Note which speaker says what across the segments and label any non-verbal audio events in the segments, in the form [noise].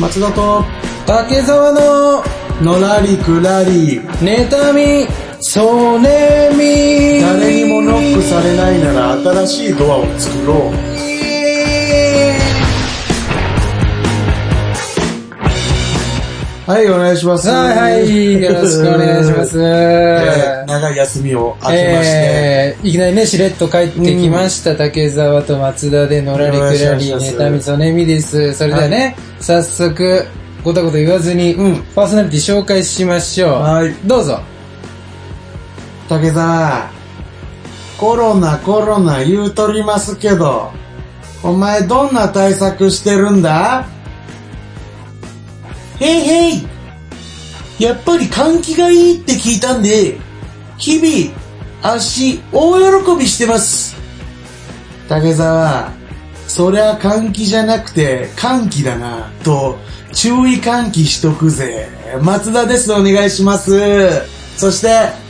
Speaker 1: 松田と竹沢ののらりくらり
Speaker 2: 妬み、そねみ。
Speaker 1: 誰にもノックされないなら新しいドアを作ろうはいお願いします
Speaker 2: はいはい、よろしくお願いし
Speaker 1: [laughs]
Speaker 2: ます。
Speaker 1: えー長い休みを明けまして、
Speaker 2: えーいきなりね、しれっと帰ってきました。竹沢と松田でのらりくらり、
Speaker 1: よろしくお願いします
Speaker 2: ネタミソネミです。それではね、早速、ごたごた言わずに、
Speaker 1: うん
Speaker 2: パーソナリティ紹介しましょう。
Speaker 1: はい
Speaker 2: どうぞ。
Speaker 1: 竹沢コロナコロナ言うとりますけどお前どんな対策してるんだへいへいやっぱり換気がいいって聞いたんで日々足大喜びしてます竹沢そりゃ換気じゃなくて換気だなと注意喚起しとくぜ松田ですお願いしますそして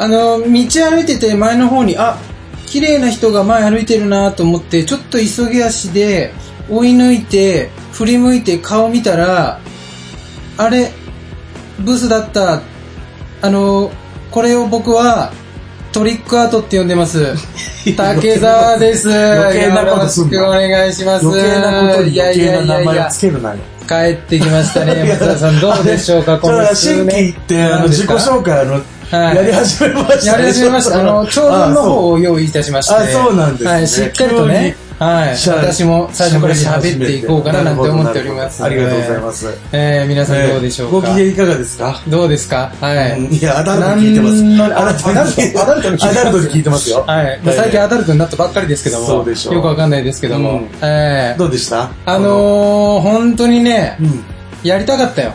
Speaker 2: あの、道歩いてて前の方に、あ、綺麗な人が前歩いてるなと思って、ちょっと急ぎ足で追い抜いて、振り向いて顔見たら、あれ、ブスだった。あの、これを僕はトリックアートって呼ん
Speaker 1: [laughs]
Speaker 2: でます。竹沢です。
Speaker 1: 余計なことすんな
Speaker 2: よろしくお願いします。
Speaker 1: 余計なこと
Speaker 2: い
Speaker 1: に
Speaker 2: や
Speaker 1: 余
Speaker 2: い
Speaker 1: 計
Speaker 2: やい
Speaker 1: な
Speaker 2: や
Speaker 1: 名
Speaker 2: い
Speaker 1: 前を
Speaker 2: や
Speaker 1: つ。けるなよ。
Speaker 2: 帰ってきましたね、松田さん。どうでしょう
Speaker 1: [laughs]
Speaker 2: か、こ
Speaker 1: この
Speaker 2: の
Speaker 1: 新
Speaker 2: 数
Speaker 1: 規
Speaker 2: 年
Speaker 1: 行って、あの、
Speaker 2: 何で
Speaker 1: 自
Speaker 2: す
Speaker 1: 己
Speaker 2: か
Speaker 1: 紹介、あの、
Speaker 2: はい
Speaker 1: やり始めました
Speaker 2: や
Speaker 1: ね。
Speaker 2: り始めました。あ
Speaker 1: [laughs]
Speaker 2: の、長文の方
Speaker 1: を。
Speaker 2: を用意いたしまして。
Speaker 1: あそうなんですね
Speaker 2: はい、しっかりとね、はい、
Speaker 1: しゃ
Speaker 2: 私も最初から喋っていこうかななんて思っております。
Speaker 1: ありがとうございま。す。
Speaker 2: えー、皆さんどうでしょう
Speaker 1: ご
Speaker 2: か
Speaker 1: 機嫌いかがですか
Speaker 2: どうですかは
Speaker 1: うん
Speaker 2: い。
Speaker 1: いや、アダルトに聞いてます。
Speaker 2: なんの
Speaker 1: アダルトに聞いて
Speaker 2: アダルトに聞いてます
Speaker 1: アダルトに聞いてますよ。
Speaker 2: はい。まあ最近アダルトになったばっかりですけども。
Speaker 1: そうでしょう
Speaker 2: よくわかんないですけど
Speaker 1: う
Speaker 2: も
Speaker 1: ん。
Speaker 2: えー
Speaker 1: どうでした
Speaker 2: あ、のー、本当にね
Speaker 1: う、ん。
Speaker 2: やりたかったよ。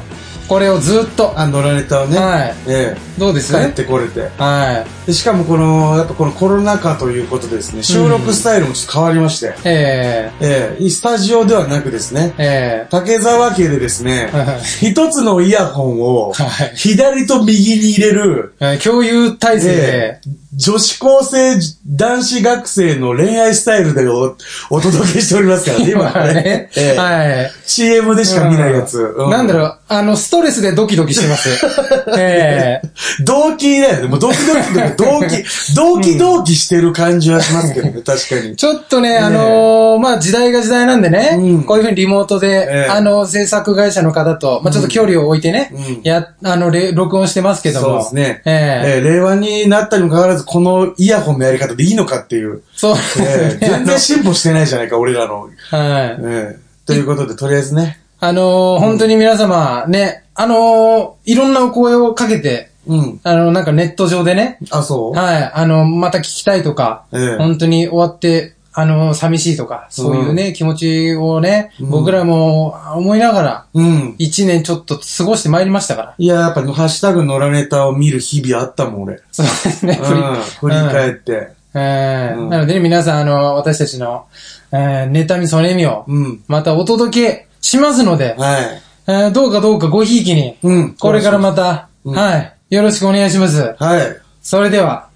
Speaker 2: これをずっと。
Speaker 1: あ、乗られたをね。
Speaker 2: はい。
Speaker 1: え
Speaker 2: どうで
Speaker 1: え。
Speaker 2: す
Speaker 1: 帰ってこれて。
Speaker 2: はい。
Speaker 1: でしかもこの、やっぱこのコロナ禍ということでですね、収録スタイルもちょっと変わりまして。
Speaker 2: え
Speaker 1: ええ、スタジオではなくですね
Speaker 2: ー、、え
Speaker 1: 竹沢家でですね
Speaker 2: はいは、
Speaker 1: 一つのイヤホンを
Speaker 2: はい
Speaker 1: 左と右に入れる、
Speaker 2: ーえー、共有体制で
Speaker 1: え、え女子高生、男子学生の恋愛スタイルでおお届けしておりますからね、
Speaker 2: [laughs]
Speaker 1: 今
Speaker 2: は
Speaker 1: ね
Speaker 2: ね。
Speaker 1: ええ
Speaker 2: はい。
Speaker 1: CM でしか見ないやつ。
Speaker 2: うんなんだ
Speaker 1: う
Speaker 2: ろう、あの、ストレスでドキドキしてます。
Speaker 1: [laughs]
Speaker 2: ええ
Speaker 1: 動機だよね。もうドキドキ
Speaker 2: [laughs]
Speaker 1: とか動機、動機動機してる感じはしますけどね、確かに。
Speaker 2: ちょっとね、あのーまあ、時代が時代なんでね、
Speaker 1: うん
Speaker 2: こういうふうにリモートで、
Speaker 1: ええ
Speaker 2: あの、制作会社の方と、まあ、ちょっと距離を置いてね、
Speaker 1: うん
Speaker 2: や、あの、れ録音してますけど
Speaker 1: そう
Speaker 2: も。
Speaker 1: ですね。
Speaker 2: ええ
Speaker 1: ええ令和になったにもかかわらず、このイヤホンのやり方でいいのかっていう。
Speaker 2: そうです
Speaker 1: え
Speaker 2: ね
Speaker 1: え。
Speaker 2: [laughs]
Speaker 1: 全然進歩してないじゃないか、俺らの。
Speaker 2: はい。
Speaker 1: ええということで、とりあえずね。
Speaker 2: あのー本当に皆様、ね、あのーいろんなお声をかけて、
Speaker 1: うん。
Speaker 2: あの、なんかネット上でね、
Speaker 1: あ、そう
Speaker 2: はい。あの、また聞きたいとか、
Speaker 1: ええ
Speaker 2: 本当に終わって、あの、寂しいとか、そういうね、気持ちをね、
Speaker 1: うん
Speaker 2: 僕らも思いながら、
Speaker 1: うん。
Speaker 2: 一年ちょっと過ごしてまいりましたから。
Speaker 1: いや、やっぱ、ハッシュタグのらネタを見る日々あったもん、俺。
Speaker 2: そうですね、
Speaker 1: うん振り返
Speaker 2: って。
Speaker 1: って。
Speaker 2: ええ
Speaker 1: うん
Speaker 2: なのでね、皆さん、あの、私たちの、えー、妬み、それみを、
Speaker 1: うん。
Speaker 2: またお届けしますので、
Speaker 1: はい。
Speaker 2: えーどうかどうかごひいきに、
Speaker 1: うん
Speaker 2: これからまた、
Speaker 1: うん
Speaker 2: はい、よろしくお願いします。
Speaker 1: はい。
Speaker 2: それでは、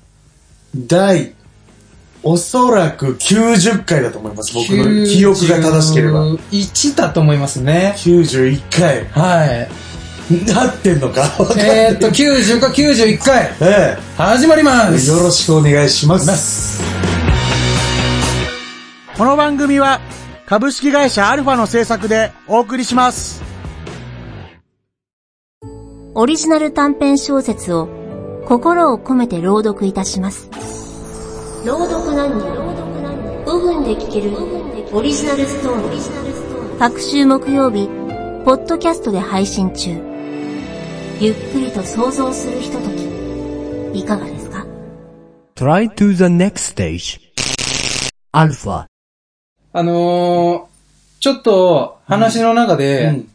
Speaker 1: 第、おそらく90回だと思います、僕の記憶が正しければ。
Speaker 2: 1だと思いますね。
Speaker 1: 91回。 [laughs]
Speaker 2: はい。
Speaker 1: なってんのかわかんない
Speaker 2: えーっと、90か91回、
Speaker 1: え
Speaker 2: 始まりま
Speaker 1: え
Speaker 2: す
Speaker 1: よろしくお願いします。
Speaker 3: この番組は株式会社アルファの制作でお送りします。
Speaker 4: オリジナル短編小説を心を込めて朗読いたします。朗読何人5分で聞けるオリジナルストーリー。各週木曜日、ポッドキャストで配信中。ゆっくりと想像するひととき、いかがですか
Speaker 5: Try to the next stage. Alpha.
Speaker 2: あのー、ちょっと話の中
Speaker 1: う
Speaker 2: で
Speaker 1: ん、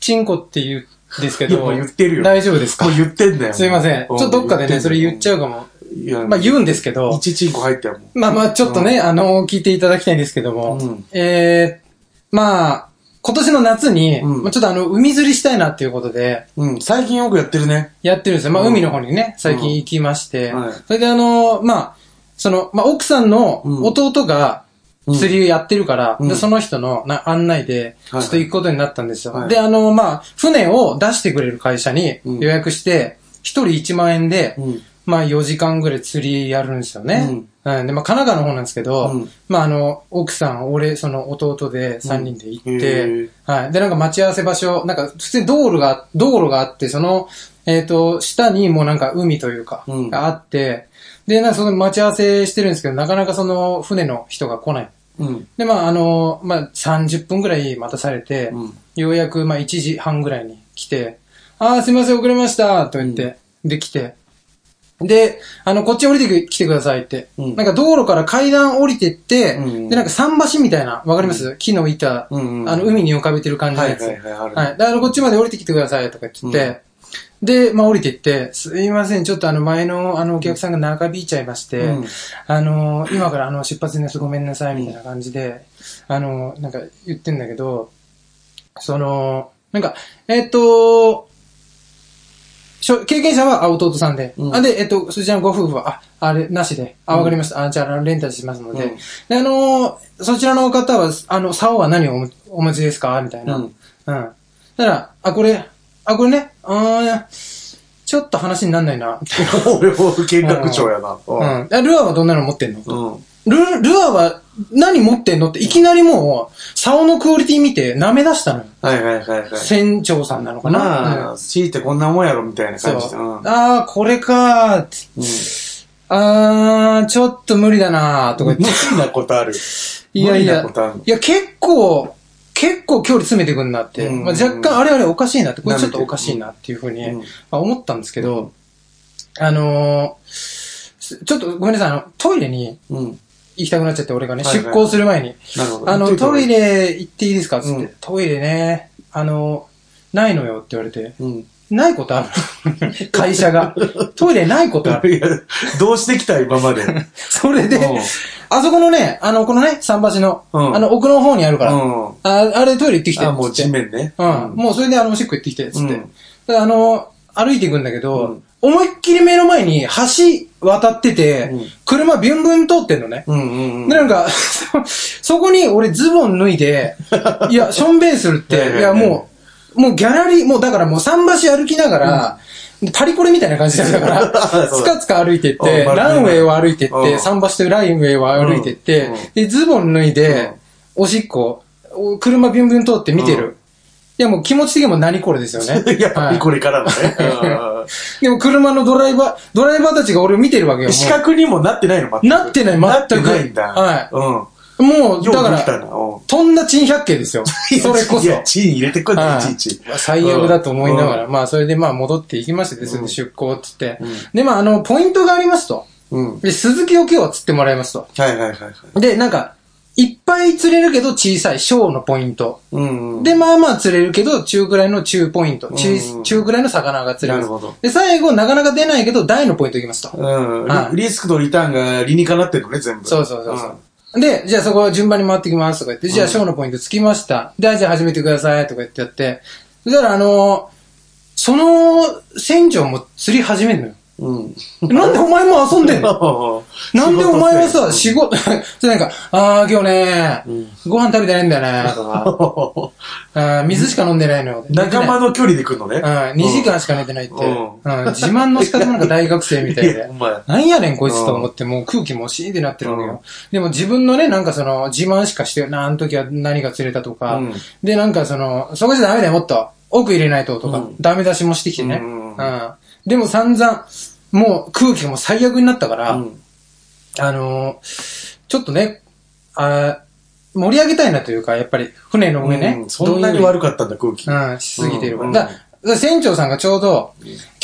Speaker 2: チンコって言うんですけ
Speaker 1: いや
Speaker 2: ど、
Speaker 1: もう言ってるよ
Speaker 2: 大丈夫ですか
Speaker 1: もう言ってんだよ。
Speaker 2: すいません。ちょっとどっかでね、それ言っちゃう
Speaker 1: か
Speaker 2: かも。
Speaker 1: いや、
Speaker 2: まあ言うんですけど、
Speaker 1: 一チンコ入ったよ、も
Speaker 2: まあまあちょっとね、あのー、聞いていただきたいんですけども
Speaker 1: うん、
Speaker 2: えー、まあ、今年の夏に、
Speaker 1: うん
Speaker 2: まあちょっとあの、海釣りしたいなっていうことで、
Speaker 1: う。うん、最近よくやってるね。
Speaker 2: やってるんですよ。まあ、
Speaker 1: うん
Speaker 2: 海の方にね、最近行きまして。
Speaker 1: うんはい
Speaker 2: それであのーまあ、その、まあ、奥さんの
Speaker 1: うん
Speaker 2: 弟が、
Speaker 1: うん
Speaker 2: 釣りやってるから、
Speaker 1: うん
Speaker 2: でその人のな案内で、ちょ
Speaker 1: はい
Speaker 2: っと行くことになったんですよ。
Speaker 1: はい
Speaker 2: で、あの、まあ、船を出してくれる会社に
Speaker 1: うん
Speaker 2: 予約して、一、人1万円で、
Speaker 1: うん
Speaker 2: まあ4時間ぐらい釣りやるんですよね。うん。で、まあカナダの方なんですけど、
Speaker 1: うん
Speaker 2: まああの、奥さん、俺、その弟で3人で行って、
Speaker 1: うんへー
Speaker 2: はい。で、なんか待ち合わせ場所、なんか普通に道路が、道路があって、その、えっ、と、下にもうなんか海というか、
Speaker 1: うん
Speaker 2: があって、で、なんかその待ち合わせしてるんですけど、なかなかその船の人が来ない。
Speaker 1: うん。
Speaker 2: で、まあ、あの、まあ、30分ぐらい待たされて、
Speaker 1: うん
Speaker 2: ようやく、まあ、1時半ぐらいに来て、ああ、すいません、遅れました、と言って、で、来て。で、あの、こっち降りてきてくださいって。
Speaker 1: うん
Speaker 2: なんか道路から階段降りてって、
Speaker 1: うん
Speaker 2: で、なんか桟橋みたいな、わかります、木の板、
Speaker 1: うんうん
Speaker 2: あの、海に浮かべてる感じのやつ。
Speaker 1: はいはいはいある
Speaker 2: はい。だからこっちまで降りてきてくださいとか言って、で、まあ降りてって、すいません、ちょっとあの前のあのお客さんが長引いちゃいまして、
Speaker 1: うん
Speaker 2: あの、今からあの出発ですごめんなさいみたいな感じで、あの、なんか言ってんだけど、その、なんか、えっと、しょ経験者は、あ、弟さんで。
Speaker 1: うん
Speaker 2: あで、えっと、そちらのご夫婦は、あ、あれ、なしで。あ、わかりました。あ、じゃあ、レンタルしますので。
Speaker 1: うん
Speaker 2: で、あのーそちらの方は、あの、竿は何をお持お持ちですかみたいな。
Speaker 1: う
Speaker 2: うんん。うん。だから、あ、これ、あ、これね、うーん、ちょっと話になんな
Speaker 1: [laughs]
Speaker 2: いな。みたい
Speaker 1: 俺も見学長やな。
Speaker 2: なうん。あルアーはどんなの持ってんの
Speaker 1: うん。うん。
Speaker 2: ル、ルアーは何持ってんのって、いきなりもう、竿のクオリティ見て舐め出したのよ。
Speaker 1: はいはいはいはい。
Speaker 2: 船長さんなのかな、
Speaker 1: ま
Speaker 2: うん
Speaker 1: あ、強いてこんなもんやろみたいな
Speaker 2: そう
Speaker 1: 感じで。うん。
Speaker 2: ああ、これかーって。あー、ちょっと無理だなーとか言って。
Speaker 1: 無理なことある。
Speaker 2: いやい
Speaker 1: 無理な
Speaker 2: や、
Speaker 1: ことある
Speaker 2: いや、結構、結構距離詰めてくんなって、
Speaker 1: うん
Speaker 2: まあ、若干、あれあれおかしいなって、これち
Speaker 1: 舐め
Speaker 2: ょっ
Speaker 1: てる
Speaker 2: とおかしいなっていうふうに、
Speaker 1: うん
Speaker 2: まあ、思ったんですけど、あのーすちょっとごめんなさい、あの、トイレに
Speaker 1: うん。
Speaker 2: 行きたくなっちゃって、俺がね、
Speaker 1: はいはい
Speaker 2: 出航する前に。
Speaker 1: なるほど。
Speaker 2: あの、トイ
Speaker 1: レ。
Speaker 2: レ行っていいですかつって、
Speaker 1: うん
Speaker 2: トイレね、あの、ないのよって言われて、
Speaker 1: うん。
Speaker 2: ないことあ
Speaker 1: [laughs]
Speaker 2: る会社が。トイレないことある。
Speaker 1: いや、どうしてきた今まで。
Speaker 2: それで
Speaker 1: うん、
Speaker 2: あそこのね、あの、このね、桟橋の、
Speaker 1: うん
Speaker 2: あの、奥の方 [laughs] にあるから、
Speaker 1: うん
Speaker 2: ああれトイレ行ってきて、
Speaker 1: あ、もう
Speaker 2: つっ
Speaker 1: 地
Speaker 2: て
Speaker 1: 面ね。
Speaker 2: うん。もうそれであの、おしっこ行ってきて、つって。
Speaker 1: うん
Speaker 2: であの、歩いていくんだけど、
Speaker 1: うん
Speaker 2: 思いっきり目の前に橋渡ってて、
Speaker 1: うん
Speaker 2: 車ビュンビュン通ってんのね。
Speaker 1: うんうんうん。
Speaker 2: で、なんか、 [laughs] そそこに俺ズボン脱い
Speaker 1: [laughs]
Speaker 2: で、いや、しょんべんするっ
Speaker 1: はいはいは
Speaker 2: て、
Speaker 1: い
Speaker 2: いや、もう、もうギャラリー、もうだからもう桟橋歩きながら、パリコレみたいな感じだったか
Speaker 1: [laughs] そうだ
Speaker 2: ら、つかつか歩いてっ
Speaker 1: う
Speaker 2: て、
Speaker 1: ん丸見え
Speaker 2: ランウェイを歩いてって、
Speaker 1: うん
Speaker 2: 桟橋というラインウェイを歩いてって、
Speaker 1: うんうん
Speaker 2: で、ズボン脱いで、おしっこ、お車ビュンビュン通って見てる。
Speaker 1: うん
Speaker 2: いや、もう気持ち的にもう何これです
Speaker 1: [laughs]。
Speaker 2: よね
Speaker 1: やっぱりこ
Speaker 2: れ。
Speaker 1: れからもね
Speaker 2: [laughs]
Speaker 1: うん。
Speaker 2: でも車のドライバー、ドライバーたちが俺を見てるわけよ。もう
Speaker 1: 資格にもなってないの全く
Speaker 2: なってない
Speaker 1: なって
Speaker 2: 全く
Speaker 1: ないんだ。
Speaker 2: はい
Speaker 1: い。
Speaker 2: も
Speaker 1: うん。
Speaker 2: う、
Speaker 1: よ
Speaker 2: だか
Speaker 1: うできた
Speaker 2: ら
Speaker 1: な。、うん
Speaker 2: とんだ珍百景ですよ。それ
Speaker 1: [laughs]
Speaker 2: こ
Speaker 1: いや、
Speaker 2: そ。
Speaker 1: 地に入れてくんだ、い
Speaker 2: はい
Speaker 1: ちいち。
Speaker 2: 最悪だと思いながら、
Speaker 1: うん。
Speaker 2: まあ、それでまあ、戻っていきましてですね、出航っつって
Speaker 1: うん。
Speaker 2: で、まあ、あの、ポイントがありますと。
Speaker 1: うん。
Speaker 2: で、鈴木を今日は釣ってもらいますと。
Speaker 1: はいはいはいはい。
Speaker 2: で、なんか、いっぱい釣れるけど小さい小のポイント。
Speaker 1: うんうん。
Speaker 2: で、まあまあ釣れるけど、中くらいの中ポイント。
Speaker 1: うん
Speaker 2: 中、中くらいの魚が釣れま
Speaker 1: なるほど
Speaker 2: す。で、最後、なかなか出ないけど、大のポイントいきますと。
Speaker 1: うん
Speaker 2: はい
Speaker 1: リリスクとリターンが理にかなってるのね、全部。
Speaker 2: そうそうそうそう。で、じゃあそこは順番に回ってきますとか言って、じゃあショーのポイントつきました。で、じゃあ始めてくださいとか言ってやって。そしたらあのーその船長も釣り始め [laughs] んのよ。
Speaker 1: うん。うん。
Speaker 2: なんでお前も遊んでんの [laughs] なんでお前はさ、
Speaker 1: 仕
Speaker 2: 仕事、 [laughs] それなんか、あー今日ね、ご飯食べてないんだよね、とか、
Speaker 1: 事
Speaker 2: あー水しか飲んでないのよ。
Speaker 1: [laughs] 仲間
Speaker 2: の。
Speaker 1: の距離で来るのね。
Speaker 2: うん、2時間しか寝てないって。
Speaker 1: う
Speaker 2: うんん、自慢の仕方なんか大学生みたい
Speaker 1: いや [laughs]
Speaker 2: で
Speaker 1: お前。
Speaker 2: なんやねんこいつと思って、もう空気もシーンってなってるわけ
Speaker 1: うん
Speaker 2: よ。でも自分のね、なんかその、自慢しかして、な、あの時は何が釣れたとか、
Speaker 1: うん
Speaker 2: で、なんかその、そこじゃダメだよ、もっと。奥入れないととか、
Speaker 1: うん
Speaker 2: ダメ出しもしてきてね。
Speaker 1: う
Speaker 2: うんん。でも散々、もう空気も最悪になったから、
Speaker 1: うん。
Speaker 2: あのーちょっとね、あー盛り上げたいなというか、やっぱり船の上ね。
Speaker 1: うんそんなに悪かったんだ、空気。
Speaker 2: うん、しすぎてる
Speaker 1: う
Speaker 2: わ。
Speaker 1: ん
Speaker 2: だだ船長さんがちょうど、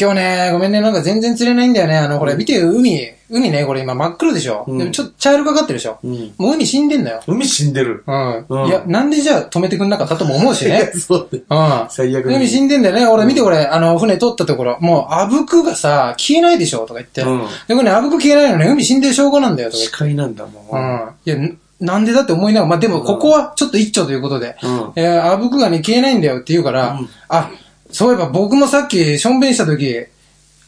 Speaker 2: 今日ね、ごめんね、なんか全然釣れないんだよね。あの、これ見てよ、海、海ね、これ今真っ黒でしょ。
Speaker 1: うん
Speaker 2: でもちょっと茶色かかってるでしょ。
Speaker 1: うん
Speaker 2: もう海死んでんだよ。
Speaker 1: 海死んでる。
Speaker 2: うん。
Speaker 1: うん。
Speaker 2: いや、なんでじゃあ止めてくんなかったとも思うしね
Speaker 1: [laughs]
Speaker 2: [laughs]
Speaker 1: そうだよ
Speaker 2: うん。
Speaker 1: 最悪に
Speaker 2: 海死んでんだよね。俺見てこれ、あの、船取ったところ、もう、あぶくがさ、消えないでしょ、とか言って。
Speaker 1: うん
Speaker 2: で、これね、あぶく消えないのね、海死んでる証拠なんだよ、とか言って
Speaker 1: 視界なんだもん。
Speaker 2: うんいや、んなんでだって思いながら、まあ、でも、ここはちょっと一丁ということで、
Speaker 1: うん
Speaker 2: えーあぶくがね、消えないんだよって言うから、
Speaker 1: うん
Speaker 2: あ、そういえば僕もさっき、しょんべんした時、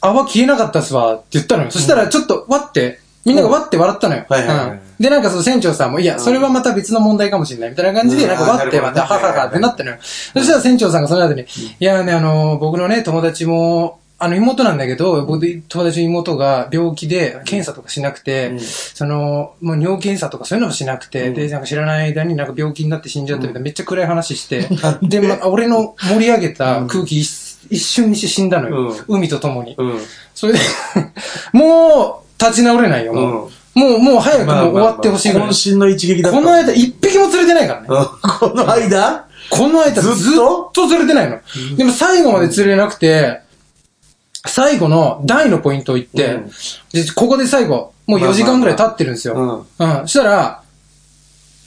Speaker 2: 泡消えなかったっすわって言ったのよ。そしたら、ちょっと、わって、みんながわって笑ったのよ。
Speaker 1: はいはいはい
Speaker 2: うんで、なんかその船長さんも、いや、それはまた別の問題かもしれないみたいな感じで、
Speaker 1: うん
Speaker 2: なんかわって
Speaker 1: あー
Speaker 2: また、
Speaker 1: なるほど
Speaker 2: は
Speaker 1: ね
Speaker 2: ははってなったのよ。そしたら船長さんがその後に、いやね、あの、僕のね、友達も、あの、妹なんだけど、僕で友達の妹が病気で検査とかしなくて、
Speaker 1: うん
Speaker 2: その、もう尿検査とかそういうのもしなくて、で、なんか知らない間になんか病気になって死んじゃったみたいな、めっちゃ暗い話 [laughs] して、で、ま、俺の盛り上げた空気一一瞬にして死んだのよ。海と共に。
Speaker 1: うん。
Speaker 2: それで、 [laughs] もう、立ち直れないよ、もう。もう、もう早くもう終わってほしいぐらい。
Speaker 1: 渾身の一撃だった。
Speaker 2: この間、一匹も連れてないからね。
Speaker 1: うんこの間
Speaker 2: この間、
Speaker 1: ずっと
Speaker 2: ずっと連れてないの。でも最後まで連れなくて、最後の台のポイントを行って、
Speaker 1: うん
Speaker 2: で、ここで最後、もう4時間ぐらい経ってるんですよ。うん。そしたら、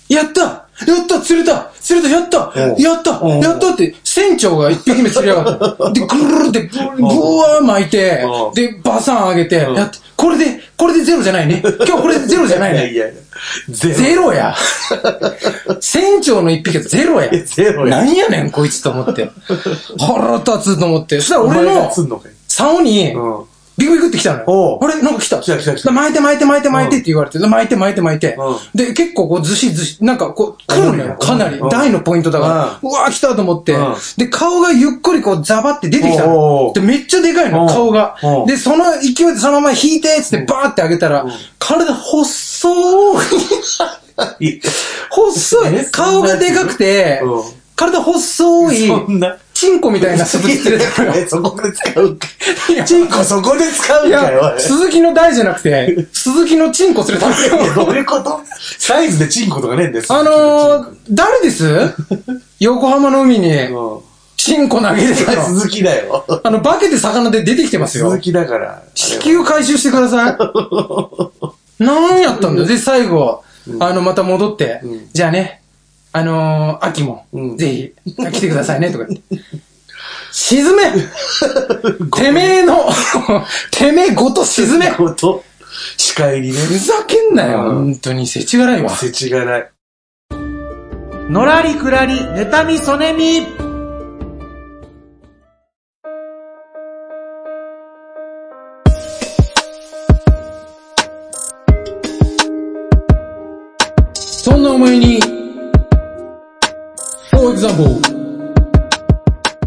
Speaker 2: やったやった釣れた釣れたやった
Speaker 1: おう
Speaker 2: やった
Speaker 1: おう
Speaker 2: やったって、船長が一匹目釣りやが
Speaker 1: [laughs]
Speaker 2: った。で、ぐるるるって、ぶぶわー巻いて
Speaker 1: お、う
Speaker 2: で、バサン上げて、
Speaker 1: ん
Speaker 2: やった。これで、これでゼロじゃないね。今日こ [laughs] れでゼロじゃない
Speaker 1: いや
Speaker 2: ね
Speaker 1: い。やいや。ゼロ。
Speaker 2: ゼロや。 [laughs] 船長の一匹がゼロや。
Speaker 1: えゼロや
Speaker 2: 何やねん、こいつと
Speaker 1: [laughs]
Speaker 2: 思って。腹立つと思って。そしたら
Speaker 1: お
Speaker 2: 俺
Speaker 1: 前が
Speaker 2: の
Speaker 1: 釣んのかい
Speaker 2: 竿に、
Speaker 1: うん。
Speaker 2: ビクビクって来たの
Speaker 1: お
Speaker 2: よ。
Speaker 1: う
Speaker 2: あれなんか来た。
Speaker 1: 来た来た来た
Speaker 2: 巻いて巻いて巻いて巻いてって言われて、巻いて巻いて巻いて。
Speaker 1: う
Speaker 2: で、結構こうずしずし、なんかこう、来るのよ。
Speaker 1: うん
Speaker 2: かなり
Speaker 1: うん。
Speaker 2: 台のポイントだから。うわー来たと思って
Speaker 1: うん。
Speaker 2: で、顔がゆっくりこうザバって出てきた
Speaker 1: おうお
Speaker 2: の
Speaker 1: う。
Speaker 2: で、めっちゃでかいの、
Speaker 1: うん
Speaker 2: 顔が
Speaker 1: う。ん
Speaker 2: で、その勢いでそのまま引いてっつってバーって上げたら、体細い。
Speaker 1: い
Speaker 2: 細
Speaker 1: え
Speaker 2: い。顔がでかくて
Speaker 1: うん、
Speaker 2: 体細い、
Speaker 1: そんな。
Speaker 2: チンコみたいな鈴木
Speaker 1: [laughs]
Speaker 2: 連れてくる。
Speaker 1: えそこで使うんかい。チンコそこで使うん
Speaker 2: い
Speaker 1: かよ
Speaker 2: や、。鈴木の台じゃな
Speaker 1: [laughs]
Speaker 2: くて、鈴木のチンコ連れ [laughs] た
Speaker 1: おいいや
Speaker 2: の
Speaker 1: ど
Speaker 2: よ。
Speaker 1: ういうことサイズでチンコとかねえんです
Speaker 2: あのー、誰
Speaker 1: [laughs]
Speaker 2: です横浜の海に、
Speaker 1: ー、
Speaker 2: チンコ投げてた
Speaker 1: [laughs]
Speaker 2: の。
Speaker 1: 鈴木だよ。
Speaker 2: あの、化けて魚で出てきてますよ
Speaker 1: 鈴。木だから。
Speaker 2: 地球回収してく
Speaker 1: [laughs]
Speaker 2: ださい。何やったんだよ。で、最後、あの、また戻って、じゃあね、あのー、秋も、
Speaker 1: うん
Speaker 2: ぜ
Speaker 1: [laughs]
Speaker 2: ひ、来てくださいね、とか言って。沈めてめえの、 [laughs] てめえご
Speaker 1: [laughs]
Speaker 2: と沈めふ
Speaker 1: こと、視界にね、
Speaker 2: ざけんなよ、
Speaker 1: うん
Speaker 2: 本当に。せちがらいわ。
Speaker 1: せちがない。
Speaker 3: のらりくらり、妬みそねみ。
Speaker 2: そんなお前に、for example.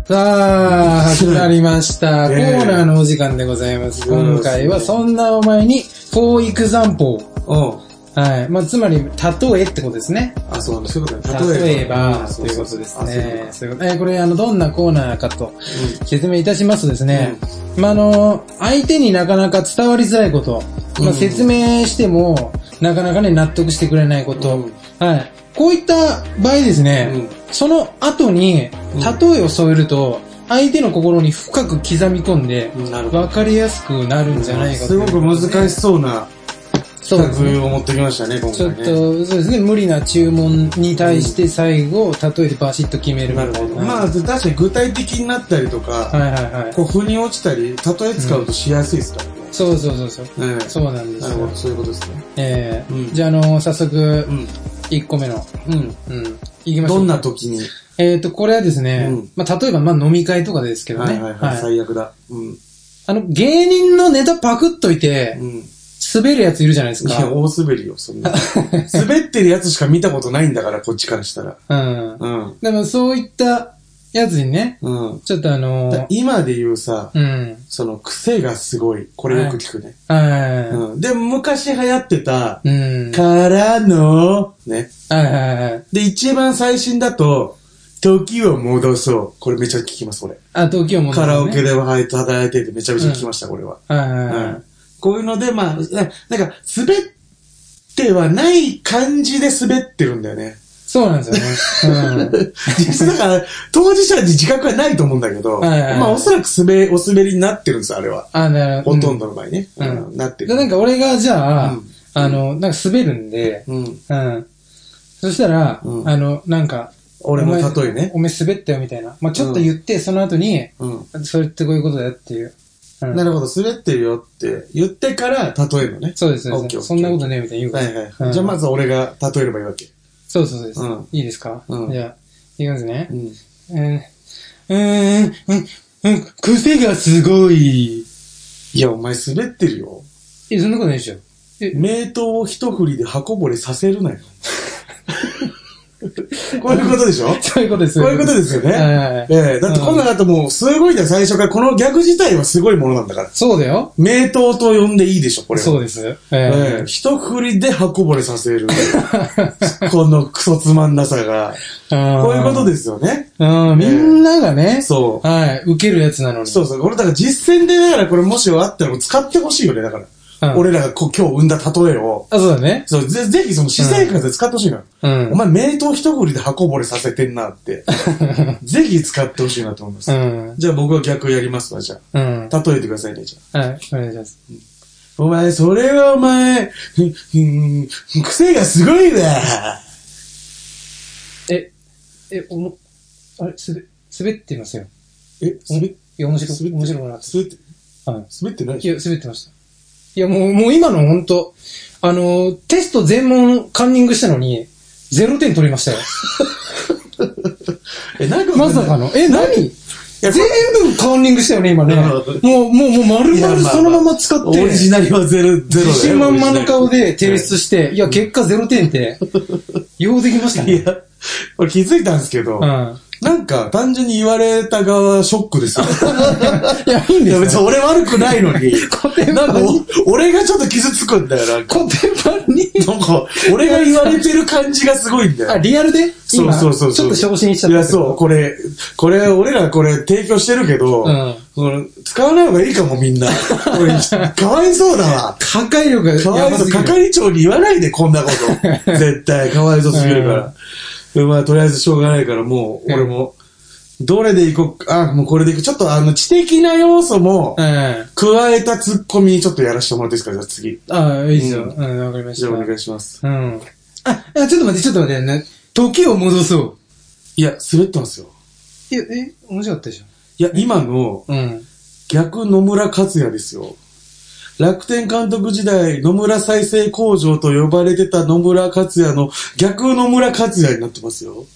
Speaker 2: さあ、始まりました。コ
Speaker 1: ねえ
Speaker 2: ーナーのお時間でございます。
Speaker 1: うん
Speaker 2: 今回は、そんなお前に、for example。
Speaker 1: うん。
Speaker 2: はい。まあ、つまり、例えってことですね。
Speaker 1: あ、そうなんだ。そういうことね。
Speaker 2: 例えば、ということですね。そういうことえーこれ、あの、どんなコーナーかと、説明いたしますとですね。まあ、あの、相手になかなか伝わりづらいこと。まあ、説明しても、なかなかね、納得してくれないこと。はい。こういった場合ですね、その後に、例えを添えると、相手の心に深く刻み込んで、
Speaker 1: なるほど
Speaker 2: わかりやすくなるんじゃないかと
Speaker 1: す
Speaker 2: いう
Speaker 1: ごく難
Speaker 2: し
Speaker 1: しそうな
Speaker 2: そう
Speaker 1: 企
Speaker 2: ですね。
Speaker 1: 画を持ってきましたね、今
Speaker 2: ちょ
Speaker 1: 回
Speaker 2: っと、
Speaker 1: ね。
Speaker 2: そうですね、無理な注文に対して最後、例えてバシッと決めるみた
Speaker 1: ないる
Speaker 2: な。
Speaker 1: ほど。まあ、確かに具体的になったりとか、
Speaker 2: はいはいはい。
Speaker 1: こう、腑に落ちたり、例え使うとしやすいですからね。
Speaker 2: そうそうそうそう。
Speaker 1: ええ
Speaker 2: そうなんです
Speaker 1: なるほ
Speaker 2: よ
Speaker 1: ど、。そういうことですね。
Speaker 2: ええ
Speaker 1: うん
Speaker 2: じゃあ、あの早速、
Speaker 1: ん。
Speaker 2: 1個目の。
Speaker 1: うん。
Speaker 2: うん。いきましょう。
Speaker 1: どんな時に。
Speaker 2: えっ、と、これはですね、
Speaker 1: うん
Speaker 2: まあ、例えば、まあ、飲み会とかですけど
Speaker 1: は
Speaker 2: ね。
Speaker 1: いはいはい、最悪だ。うん。
Speaker 2: あの、芸人のネタパクっといて、
Speaker 1: うん。
Speaker 2: 滑るやついるじゃないです
Speaker 1: いや、
Speaker 2: か。
Speaker 1: 大滑りよ、そん [laughs] な。滑ってるやつしか見たことないんだから、こっちからしたら。
Speaker 2: うん。
Speaker 1: うん。
Speaker 2: でも、そういったやつにね、
Speaker 1: うん。
Speaker 2: ちょっとあの
Speaker 1: だ
Speaker 2: ー、
Speaker 1: 今で言うさ、
Speaker 2: うん。
Speaker 1: その癖がすごい。これよく聞くね。
Speaker 2: は
Speaker 1: うん。で、昔流行ってた、
Speaker 2: い。うん。
Speaker 1: からの、ね。
Speaker 2: はいはいはい。
Speaker 1: で、一番最新だと、時を戻そう。これめちゃ聞きます、俺。
Speaker 2: あ、時を戻す、ね。
Speaker 1: カラオケでははい働いててめちゃめちゃ聞きました、これは。
Speaker 2: はいはいはい。
Speaker 1: うんこういうので、まあ、ななんか、滑ってはない感じで滑ってるんだよ
Speaker 2: [laughs]
Speaker 1: ね。
Speaker 2: そうなんですよね。うん。
Speaker 1: 実際だから、当事者に自覚はないと思うんだけど、
Speaker 2: はいはいはい
Speaker 1: まあ、おそらく滑、お滑りになってるんですよ、あれは。
Speaker 2: あ、なる
Speaker 1: [laughs] ほとん
Speaker 2: ど。
Speaker 1: どの場合ね。
Speaker 2: う
Speaker 1: うんん、なって
Speaker 2: で、
Speaker 1: る。
Speaker 2: なんか俺が、じゃあ、
Speaker 1: うん
Speaker 2: あの、なんか滑るんで、
Speaker 1: うん。
Speaker 2: うん。そしたら、
Speaker 1: うん
Speaker 2: あの、なんか、
Speaker 1: 俺の
Speaker 2: お前
Speaker 1: 例えね。
Speaker 2: おめえ滑ったよみたいな。まあちょっと言って、その後に、
Speaker 1: うん。
Speaker 2: それってこういうことだよっていう。うん
Speaker 1: なるほど、滑ってるよって言ってから、例えるのね。
Speaker 2: そうです、そ
Speaker 1: オ
Speaker 2: う
Speaker 1: ッ
Speaker 2: で
Speaker 1: ケー
Speaker 2: す。
Speaker 1: オッケー
Speaker 2: そんなことねえみたいな言うか
Speaker 1: は
Speaker 2: ら。
Speaker 1: いはい。
Speaker 2: うん
Speaker 1: じゃあ、まず俺が例えればいいわけ。
Speaker 2: そうそうそうです。
Speaker 1: うん
Speaker 2: いいですか、
Speaker 1: うん
Speaker 2: じゃあ、いきますね。
Speaker 1: ん。
Speaker 2: うん。うーん、うん、うん、癖がすごい。
Speaker 1: いや、お前滑ってるよ。
Speaker 2: え、そんなことないでしょ。え
Speaker 1: 名刀を一振りで刃こぼれさせ
Speaker 2: [laughs]
Speaker 1: るなよ。こういうことでしょ
Speaker 2: そういうことです。
Speaker 1: そういうことですよね。
Speaker 2: はいはいはい
Speaker 1: ええだってこんな方もうすごいんだよ、最初から。この逆自体はすごいものなんだから。
Speaker 2: そうだよ。
Speaker 1: 名刀と呼んでいいでしょ、これは。
Speaker 2: そうです。え
Speaker 1: ええ
Speaker 2: え
Speaker 1: 一振りで刃こぼれさせ
Speaker 2: [laughs]
Speaker 1: る。このクソつまんなさが。こういうことですよね。
Speaker 2: す。うん、みんながね、
Speaker 1: そう。
Speaker 2: はい、受けるやつなのに。
Speaker 1: そうそう。これだから実践で、だからこれもしあったら使ってほしいよね、だから。
Speaker 2: うん
Speaker 1: 俺らがこう今日生んだ例えを。
Speaker 2: あ、そうだね。
Speaker 1: そう、ぜ、ぜひその私生活で使ってほしいのよ。
Speaker 2: うん
Speaker 1: お前、名刀一振りで刃こぼれさせてんな
Speaker 2: [laughs]
Speaker 1: って。ぜひ使ってほしいなと思います。
Speaker 2: うん。
Speaker 1: じゃあ僕は逆やりますわ、じゃ
Speaker 2: うん。
Speaker 1: あ。例えてくださいね、じゃあ。
Speaker 2: はい、お願いします。
Speaker 1: お前、それはお前、ふふん癖がすごいわ。
Speaker 2: え、え、おも、あれ、すべ、滑ってますよ。
Speaker 1: え、滑っ
Speaker 2: いや、面白
Speaker 1: 滑っ、
Speaker 2: い、面白くなかって
Speaker 1: 滑って、
Speaker 2: た。はい。
Speaker 1: 滑ってないで
Speaker 2: い
Speaker 1: しょ
Speaker 2: や、滑ってました。いや、もう、もう今の本当あの、テスト全問カンニングしたのに、ゼロ点取り
Speaker 1: [laughs]
Speaker 2: ましたよ。
Speaker 1: え、なんか
Speaker 2: まさかの。え、何
Speaker 1: や
Speaker 2: 全部カンニングしたよね、今ね。
Speaker 1: うん
Speaker 2: もう、もう、もう、丸
Speaker 1: いやまあ
Speaker 2: 々
Speaker 1: まあ
Speaker 2: そのまま使って。
Speaker 1: オリジナルはゼロ、ゼロ
Speaker 2: 自信満々の顔で提出して、いや、結果ゼロ
Speaker 1: [laughs]
Speaker 2: 点って、ようできました
Speaker 1: い
Speaker 2: ね。
Speaker 1: や、俺気づいたんですけど、
Speaker 2: うん。
Speaker 1: なんか単純に言われた側はショックです
Speaker 2: [laughs]
Speaker 1: よ。
Speaker 2: いや、いいん
Speaker 1: い
Speaker 2: で
Speaker 1: や別
Speaker 2: す
Speaker 1: に
Speaker 2: よ。
Speaker 1: 俺悪くないのに、
Speaker 2: 古典
Speaker 1: なんか
Speaker 2: 版に、
Speaker 1: お俺がちょっと傷つくんだよ、なんか。
Speaker 2: 古典版に、
Speaker 1: なんか、俺が言われてる感じがすごいんだよ
Speaker 2: あ、。リアルで
Speaker 1: そうそうそうそう。
Speaker 2: 今ちょっと昇進しちゃった。
Speaker 1: いや、そう、。これ、これ、俺らこれ提供してるけど、
Speaker 2: うん
Speaker 1: この使わない方がいいかも、み
Speaker 2: [laughs]
Speaker 1: んな。これかわいそうだわ。
Speaker 2: 破壊力が
Speaker 1: かわ
Speaker 2: や
Speaker 1: い
Speaker 2: ば
Speaker 1: そう。
Speaker 2: すぎる。
Speaker 1: 係長に言わないで、こんな
Speaker 2: [laughs]
Speaker 1: こと。絶対、かわいそうすぎるから。でまあ、とりあえずしょうがないから、もう、俺も、どれでいこうか、あ、もうこれでいく。ちょっと、あの、知的な要素も、
Speaker 2: うん。
Speaker 1: 加えたツッコミ、ちょっとやらせてもらっていいですか、じゃあ次。
Speaker 2: ああ、いいですよ。
Speaker 1: う
Speaker 2: うん、わかりまし
Speaker 1: じ
Speaker 2: た。
Speaker 1: ゃあ、お願
Speaker 2: う
Speaker 1: いします。
Speaker 2: ん。あ、あちょっと待って、ちょっと待ってね。時を戻そう。
Speaker 1: いや、滑ってますよ。
Speaker 2: いや、え、面白かったでし
Speaker 1: いや、今の、
Speaker 2: ょ。うん。
Speaker 1: 逆野村克也ですよ。楽天監督時代、野村再生工場と呼ばれてた野村克也の逆野村克也になってます [laughs] よ。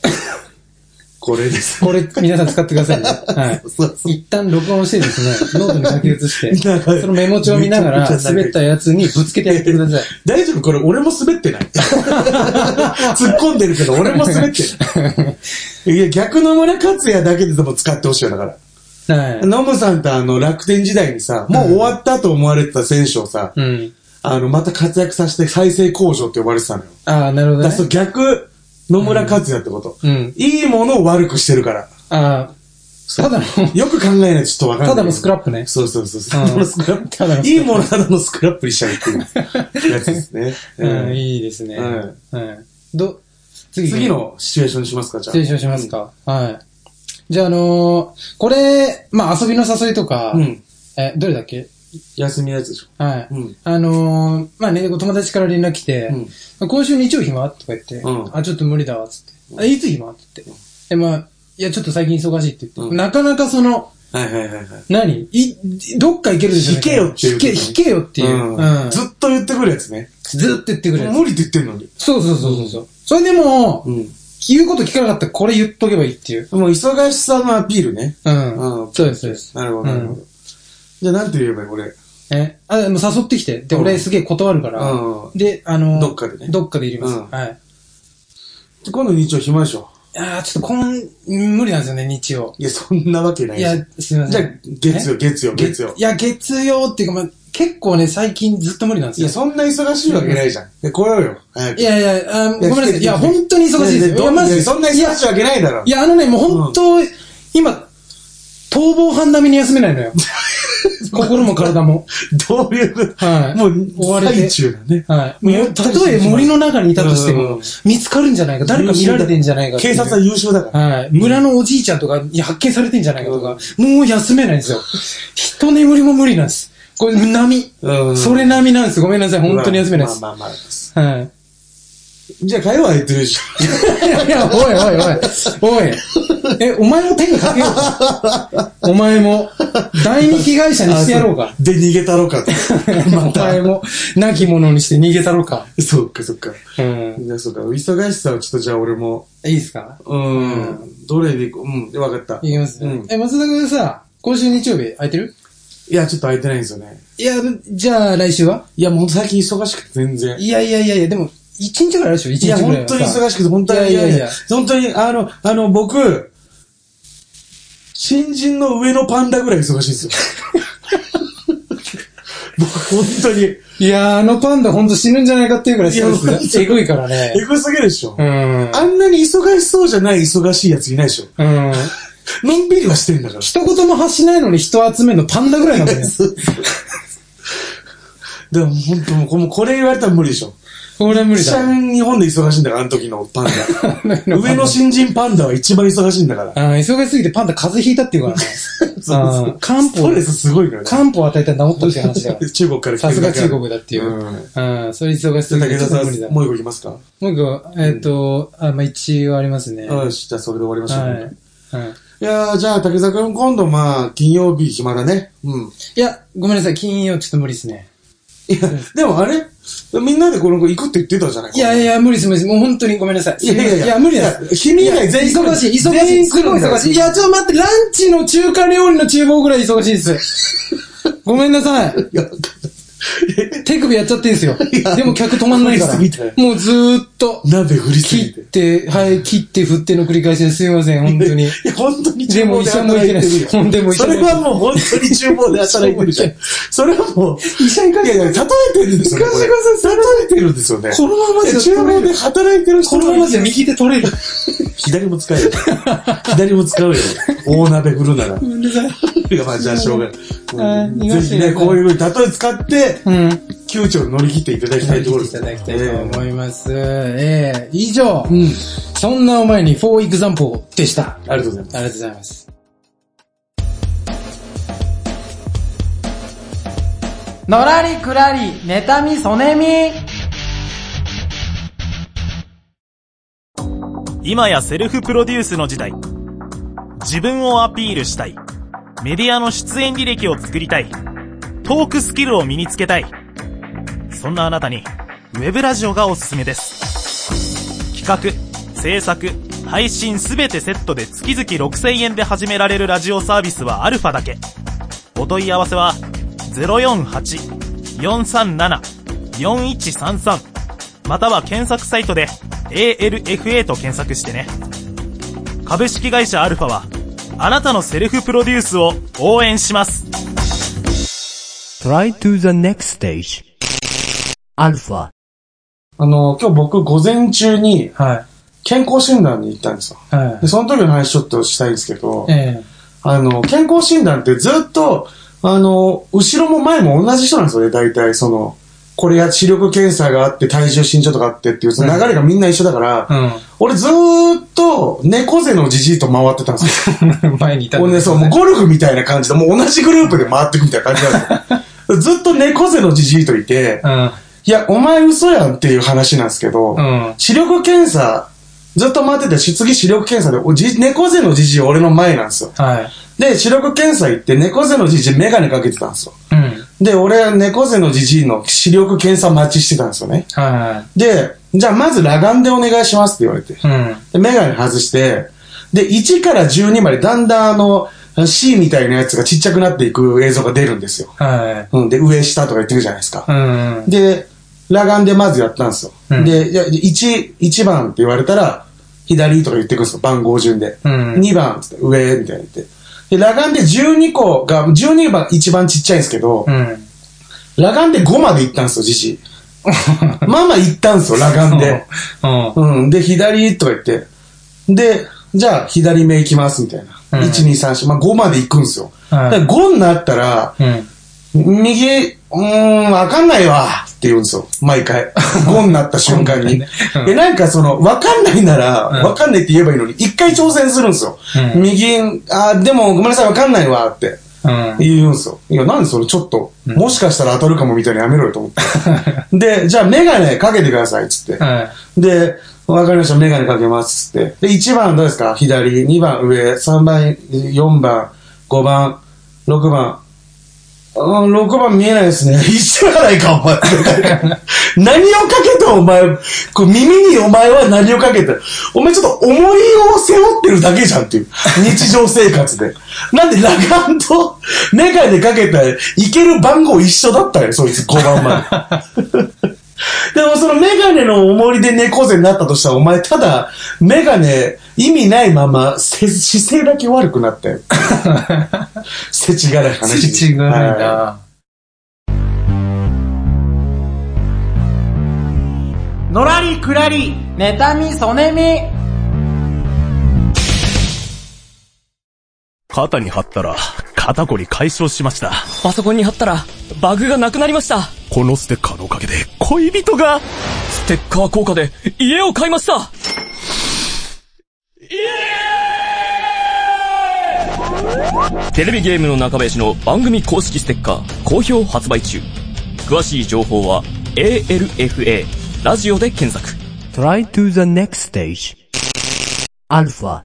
Speaker 1: これです。
Speaker 2: これ、皆さん使ってく
Speaker 1: [laughs]
Speaker 2: ださいね。はい。
Speaker 1: そうそう
Speaker 2: 一旦録音し
Speaker 1: [laughs]
Speaker 2: てですね、ノートに書き写して、
Speaker 1: 長い
Speaker 2: そのメモ帳見なが
Speaker 1: め
Speaker 2: ら、
Speaker 1: ちゃくちゃ長い
Speaker 2: 滑ったやつにぶつけてやってください。
Speaker 1: 大丈夫これ俺も滑ってない。 [laughs] 突っ込んでるけど俺も滑ってない。 [laughs] いや、逆野村克也だけででも使ってほしいよ、だから。 [laughs]
Speaker 2: はい。
Speaker 1: ノムさんとあの楽天時代にさ、もう終わったと思われてた選手をさ、
Speaker 2: うん。
Speaker 1: あの、また活躍させて再生工場って呼ばれてたのよ。
Speaker 2: ああ、なるほど
Speaker 1: だ
Speaker 2: ね
Speaker 1: そう。逆、野村克也ってこと、
Speaker 2: うん。
Speaker 1: いいものを悪くしてるから。
Speaker 2: ああ、ただの、
Speaker 1: よく考えないとちょっとわかんない。
Speaker 2: ただのスクラップね
Speaker 1: そうそうそう。
Speaker 2: うん
Speaker 1: ただのスクラッ
Speaker 2: ただのスクラッ
Speaker 1: プ。
Speaker 2: プ
Speaker 1: いいものただのスクラップにしちゃうっていうやつですね。
Speaker 2: [laughs] うん、
Speaker 1: うん
Speaker 2: いいですね。
Speaker 1: は
Speaker 2: はい。ど、次。
Speaker 1: 次。のシチュエーションにしますか、じゃあ。
Speaker 2: 提唱しますか。はい。じゃあ、あのー、これ、まあ、遊びの誘いとか、
Speaker 1: うん。うん。
Speaker 2: え、どれだっけ
Speaker 1: 休みのやつでしょ。
Speaker 2: はい。
Speaker 1: うん
Speaker 2: あのー、まあね、友達から連絡来て、今週日曜暇とか言って、
Speaker 1: うん
Speaker 2: あ、ちょっと無理だわ、つって。あいつ暇って言って。で、まあ、いや、ちょっと最近忙しいって言って、
Speaker 1: うん
Speaker 2: なかなかその、
Speaker 1: はいはいはいはい。
Speaker 2: 何い、どっか行けるでしょ
Speaker 1: 引けよっていう
Speaker 2: 引け、引けよっていう。
Speaker 1: ん
Speaker 2: うん
Speaker 1: ずっと言ってくるやつね。
Speaker 2: ずずっと言ってくれる。
Speaker 1: 無理って言ってんのに。
Speaker 2: そうそうそうそうそう。それでも、
Speaker 1: うん。
Speaker 2: 言うこと聞かなかったらこれ言っとけばいいっていう。
Speaker 1: もう忙しさのアピールね。
Speaker 2: うん。
Speaker 1: うん
Speaker 2: そうです、そうです。
Speaker 1: なるほど、なるほ
Speaker 2: うん
Speaker 1: ど。じゃあ、なんて言えばいい俺。
Speaker 2: え、あ、でも誘ってきて。で、
Speaker 1: うん
Speaker 2: 俺すげえ断るから。
Speaker 1: うん
Speaker 2: で、あのー
Speaker 1: どっかでね
Speaker 2: どっかで入れます。
Speaker 1: うん
Speaker 2: はい。
Speaker 1: 今度日曜暇でしょ。
Speaker 2: ああ、ちょっとこん、無理なんですよね、日曜。
Speaker 1: いや、そんなわけない
Speaker 2: い
Speaker 1: じ
Speaker 2: や
Speaker 1: ゃん。、
Speaker 2: すいま
Speaker 1: じ
Speaker 2: せ
Speaker 1: ゃあ
Speaker 2: ん。、
Speaker 1: 月曜、月曜、
Speaker 2: げ
Speaker 1: 月曜。
Speaker 2: いや、月曜っていうか、まあ、結構ね、最近ずっと無理なんです
Speaker 1: いや、
Speaker 2: よ。
Speaker 1: そんな忙しいわけないじゃん。で、来ようよ。早く
Speaker 2: いやいや、あー
Speaker 1: いや
Speaker 2: ごめんなさ
Speaker 1: 来て
Speaker 2: い。いや、本当に忙しいですよ。い
Speaker 1: ど
Speaker 2: や、
Speaker 1: ん
Speaker 2: マ
Speaker 1: な
Speaker 2: ジで。
Speaker 1: そんな忙
Speaker 2: いや
Speaker 1: しいわけないだろ
Speaker 2: い。や、あのね、もう本当、今、逃亡犯並みに休めない [laughs] のよ。心も体も。
Speaker 1: どういう、
Speaker 2: はい
Speaker 1: も
Speaker 2: 追わ
Speaker 1: う、
Speaker 2: れて
Speaker 1: 最中だね。
Speaker 2: はい。も
Speaker 1: ゆ
Speaker 2: う、
Speaker 1: ったり
Speaker 2: た
Speaker 1: して
Speaker 2: とえ森の中にいたとして
Speaker 1: う
Speaker 2: も
Speaker 1: ん、
Speaker 2: 見つかるんじゃないか、誰か見られてんじゃないかってい
Speaker 1: 警
Speaker 2: う。
Speaker 1: 察は優秀だから。
Speaker 2: はい。村のおじいちゃんとかに発見されてんじゃないかとか、もう休めないんですよ。一眠りも無理なんです。これ、波。
Speaker 1: うん
Speaker 2: それ並みなんです。ごめんなさい。本当に休めないです。
Speaker 1: まあまあまあ。
Speaker 2: はい。 [laughs]
Speaker 1: じゃあ、火曜は言ってるでし
Speaker 2: いやいや、おいおいおい。おい。え、お前も手にかけようか。お前も、第二被害者に
Speaker 1: ょ。
Speaker 2: してやろうか。
Speaker 1: [laughs] で、逃げたろ
Speaker 2: [laughs]
Speaker 1: かと。ま
Speaker 2: お前
Speaker 1: た。
Speaker 2: も、亡き者にして逃げたろうか。
Speaker 1: そうか、そうか。
Speaker 2: うん。
Speaker 1: じゃあ、そうか。忙しさをちょっと、じゃあ、俺も。
Speaker 2: いいですか
Speaker 1: うん。どれでいこう。うん。わかった。
Speaker 2: いきます
Speaker 1: うん
Speaker 2: え、松田君さ、今週日曜日空いてる
Speaker 1: いや、ちょっと空いてないんですよね。
Speaker 2: いや、じゃあ来週はい
Speaker 1: や、もうほんと最近忙しくて全然。
Speaker 2: いやいやいやいや、でも、一日ぐらいあるでしょ一
Speaker 1: い
Speaker 2: 日
Speaker 1: や、
Speaker 2: ぐらいは。
Speaker 1: 本当に忙しくて、本当に、
Speaker 2: いやいやいや
Speaker 1: 本当に、あの、あの、僕、新人の上のパンダぐらい忙しい [laughs] んですよ。僕、本当に、
Speaker 2: いやー、あのパンダほんと死ぬんじゃないかっていうぐらいそう
Speaker 1: いや
Speaker 2: ですね。えぐいからね。
Speaker 1: エグすぎるでしょ。
Speaker 2: うん。
Speaker 1: あんなに忙しそうじゃない忙しいやついないでしょ。
Speaker 2: うん。
Speaker 1: のんびりはしてんだから。
Speaker 2: 一言も発しないのに人集めるのパンダぐらいなんだ [laughs] ね。
Speaker 1: でも、本当もうこもうこれ言われたら無理でしょ。
Speaker 2: これ無理
Speaker 1: 一
Speaker 2: だ。
Speaker 1: 番日本で忙しいんだから、あの時のパン [laughs] ダ。上の新人パンダは一番忙しいんだから。
Speaker 2: あー忙しすぎてパンダ風邪ひいたっていう [laughs] からね。あー漢
Speaker 1: スト
Speaker 2: 方
Speaker 1: レ、スすごいからね。
Speaker 2: 漢方与えたら治ったっていう話だ [laughs] から。
Speaker 1: 中国から来て
Speaker 2: さす
Speaker 1: る
Speaker 2: が
Speaker 1: だけあ
Speaker 2: 中
Speaker 1: る
Speaker 2: 国だってい
Speaker 1: う
Speaker 2: う。うんん。それ忙し
Speaker 1: じゃ
Speaker 2: す
Speaker 1: あ、
Speaker 2: ぎ
Speaker 1: 武田
Speaker 2: てちょっ
Speaker 1: さ
Speaker 2: と
Speaker 1: ん
Speaker 2: 無理だ、。
Speaker 1: もう一個いきますか。
Speaker 2: もう一個、えっ、と、あ、まあ、一応ありますね。
Speaker 1: よ
Speaker 2: はい。
Speaker 1: し、じゃあ、それで終わりましょう。
Speaker 2: はい
Speaker 1: い、。やーじゃあ、竹田君、今度、まあ、金曜日暇だね。うん。
Speaker 2: いや、ごめんなさい。金曜ちょっと無理ですね。
Speaker 1: いや、でもあれみんなでこの子行くって言ってたじゃない
Speaker 2: いやいや、無理です、無理です。もう本当にごめんなさい。
Speaker 1: いやいやいや
Speaker 2: 無理です。
Speaker 1: 君以外全員来る
Speaker 2: 忙しい、忙
Speaker 1: 全
Speaker 2: しい、
Speaker 1: 員来
Speaker 2: す
Speaker 1: る
Speaker 2: ご
Speaker 1: ん
Speaker 2: い
Speaker 1: だよ
Speaker 2: 忙しい。いや、ちょっと待って、ランチの中華料理の厨房ぐらい忙しいです。 [laughs] ごめんなさい。
Speaker 1: いや、
Speaker 2: 手首やっちゃってんすよ。でも客止まんないから。
Speaker 1: 無理すぎて
Speaker 2: もうずーっと、
Speaker 1: 鍋振りすぎ。
Speaker 2: 切ってて、はい、切って振っての繰り返しですいません、本当に。
Speaker 1: いや、本当に
Speaker 2: でも医者も行けないし
Speaker 1: るよ
Speaker 2: でも医
Speaker 1: そ
Speaker 2: 者も
Speaker 1: れはもう本当に厨房で働いてるじゃん。それはもう、医者行かないやいや、例えてるんですよ、ね。
Speaker 2: 難しい
Speaker 1: 例えてるんですよね。
Speaker 2: このままじゃ
Speaker 1: 厨房で働いてる人
Speaker 2: こ
Speaker 1: は
Speaker 2: のままじゃ右手取れる。
Speaker 1: 左も使える。 [laughs] 左も使うよ。大鍋振るなら。
Speaker 2: ごめんなさい。
Speaker 1: いや、まあ、じゃあ、しょうがな
Speaker 2: はいい
Speaker 1: うん。ぜひね、こういう風に例え使って、
Speaker 2: うん。
Speaker 1: 窮地を乗り切っていただきたいところ
Speaker 2: 見
Speaker 1: で
Speaker 2: てい
Speaker 1: す。
Speaker 2: ただきたいと思
Speaker 1: え
Speaker 2: います。ええ以上、
Speaker 1: えうん。
Speaker 2: そんなお前に for example でした。
Speaker 1: ありがとうございます。
Speaker 2: ありがとうございます。のらりくらり、妬み、そねみ。
Speaker 6: 今やセルフプロデュースの時代自分をアピールしたいメディアの出演履歴を作りたいトークスキルを身につけたいそんなあなたにウェブラジオがおすすめです企画制作配信すべてセットで月々6000円で始められるラジオサービスはアルファだけお問い合わせは048-437-4133または検索サイトで ALFA と検索してね。株式会社アルファは、あなたのセルフプロデュースを応援します。
Speaker 5: Try to the next stage. Alpha.
Speaker 1: あの、今日僕、午前中に、
Speaker 2: は
Speaker 1: 健康診断に行ったんですよ。
Speaker 2: い。は
Speaker 1: で、その時の話ちょっとしたいんですけど
Speaker 2: い。、え
Speaker 1: あの、健康診断ってずっと、あの、後ろも前も同じ人なんですよね、大体、その、これや視力検査があって、体重身長とかあってっていう、その流れがみんな一緒だから、
Speaker 2: え
Speaker 1: 俺ずーっと猫背のじじいと回ってたん
Speaker 2: [laughs]
Speaker 1: ですよ。
Speaker 2: うん。前にいたん
Speaker 1: もう
Speaker 2: で
Speaker 1: ね、
Speaker 2: す
Speaker 1: そう、もうゴルフみたいな感じで、もう同じグループで回ってくみたいな感じなんですよ。
Speaker 2: [laughs]
Speaker 1: ずっと猫背のじじいといて、
Speaker 2: うん。
Speaker 1: いや、お前嘘やんっていう話なんですけど、
Speaker 2: うん
Speaker 1: 視力検査、ずっと待ってて、次視力検査で、おじ猫背のじじい俺の前なんですよ。
Speaker 2: はい。
Speaker 1: で、視力検査行って、猫背のじじいメガネかけてたんですよ。
Speaker 2: うん。
Speaker 1: で、俺、猫背のじじいの視力検査待ちしてたんですよね。
Speaker 2: は
Speaker 1: で、じゃあまず裸眼でお願いしますって言われて。
Speaker 2: い。うん。
Speaker 1: で、メガネ外して、で、1から12までだんだんあの、C みたいなやつがちっちゃくなっていく映像が出るんですよ。
Speaker 2: は
Speaker 1: うん、で、上下とか言ってるじゃないですか。
Speaker 2: い。うん。
Speaker 1: で、裸眼でまずやったんですよ。
Speaker 2: うん
Speaker 1: で、いや1、1番って言われたら、左とか言ってくるんですよ、番号順で。
Speaker 2: うん
Speaker 1: 2番っつって上みたいな言って。で、裸眼で12個が、12番一番ちっちゃいんですけど、
Speaker 2: うん。
Speaker 1: 裸眼で5まで行ったんですよ、じじ
Speaker 2: [laughs]
Speaker 1: い。まあまあ行ったんですよ、裸眼で。
Speaker 2: うん。
Speaker 1: うん。で、左とか言って。で、じゃあ、左目行きます、みたいな。
Speaker 2: うん
Speaker 1: 1、2、3、4。まあ、5まで行くんですよ。
Speaker 2: は
Speaker 1: だ
Speaker 2: い
Speaker 1: から5になったら、
Speaker 2: うん。
Speaker 1: 右、うーん、わかんないわ、って言うんですよ。毎
Speaker 2: [laughs]
Speaker 1: 回。5になった瞬間に。
Speaker 2: うん
Speaker 1: え、なんかその、わかんないなら、
Speaker 2: うん
Speaker 1: わかんないって言えばいいのに、一回挑戦するんですよ。
Speaker 2: うん
Speaker 1: 右、あー、でも、ごめんなさい、わかんないわ、って。
Speaker 2: うん。
Speaker 1: 言うんですよ。いや、なんでそれちょっと、もしかしたら当たるかもみたいなのやめろよと思って。で、じゃあメガネかけてください、つって。
Speaker 2: [laughs] は
Speaker 1: で、わかりました、メガネかけます、つって。で、1番どうですか左、2番上、3番、4番、5番、6番、あー6番見えないですね。 [laughs] 一緒じゃないか、お前。 [laughs] 何をかけた、お前。こう耳にお前は何をかけた。お前ちょっと重いを背負ってるだけじゃんっていう。日常生活で。なんで、ラガンとメガネかけたいける番号一緒だったよ、そいつ、5番まで。でもそのメガネの重りで猫背になったとしたら、お前ただ、メガネ意味ないまま、せ姿勢だけ悪くな
Speaker 2: [laughs]
Speaker 1: ったよ。せちがらい話。
Speaker 2: ち [laughs] 違う
Speaker 1: は
Speaker 2: な。
Speaker 3: のらりくらり、
Speaker 2: 妬み、そねみ。
Speaker 6: 肩に貼ったら、肩こり解消しました。
Speaker 7: パソコンに貼ったら、バグがなくなりました。
Speaker 6: このステッカーのおかげで、恋人が、
Speaker 7: ステッカー効果で、家を買いましたテレビゲームの中林の番組公式ステッカー、好評発売中。詳しい情報は、ALFA、ラジオで検索。
Speaker 5: Try to the next stage. Alpha.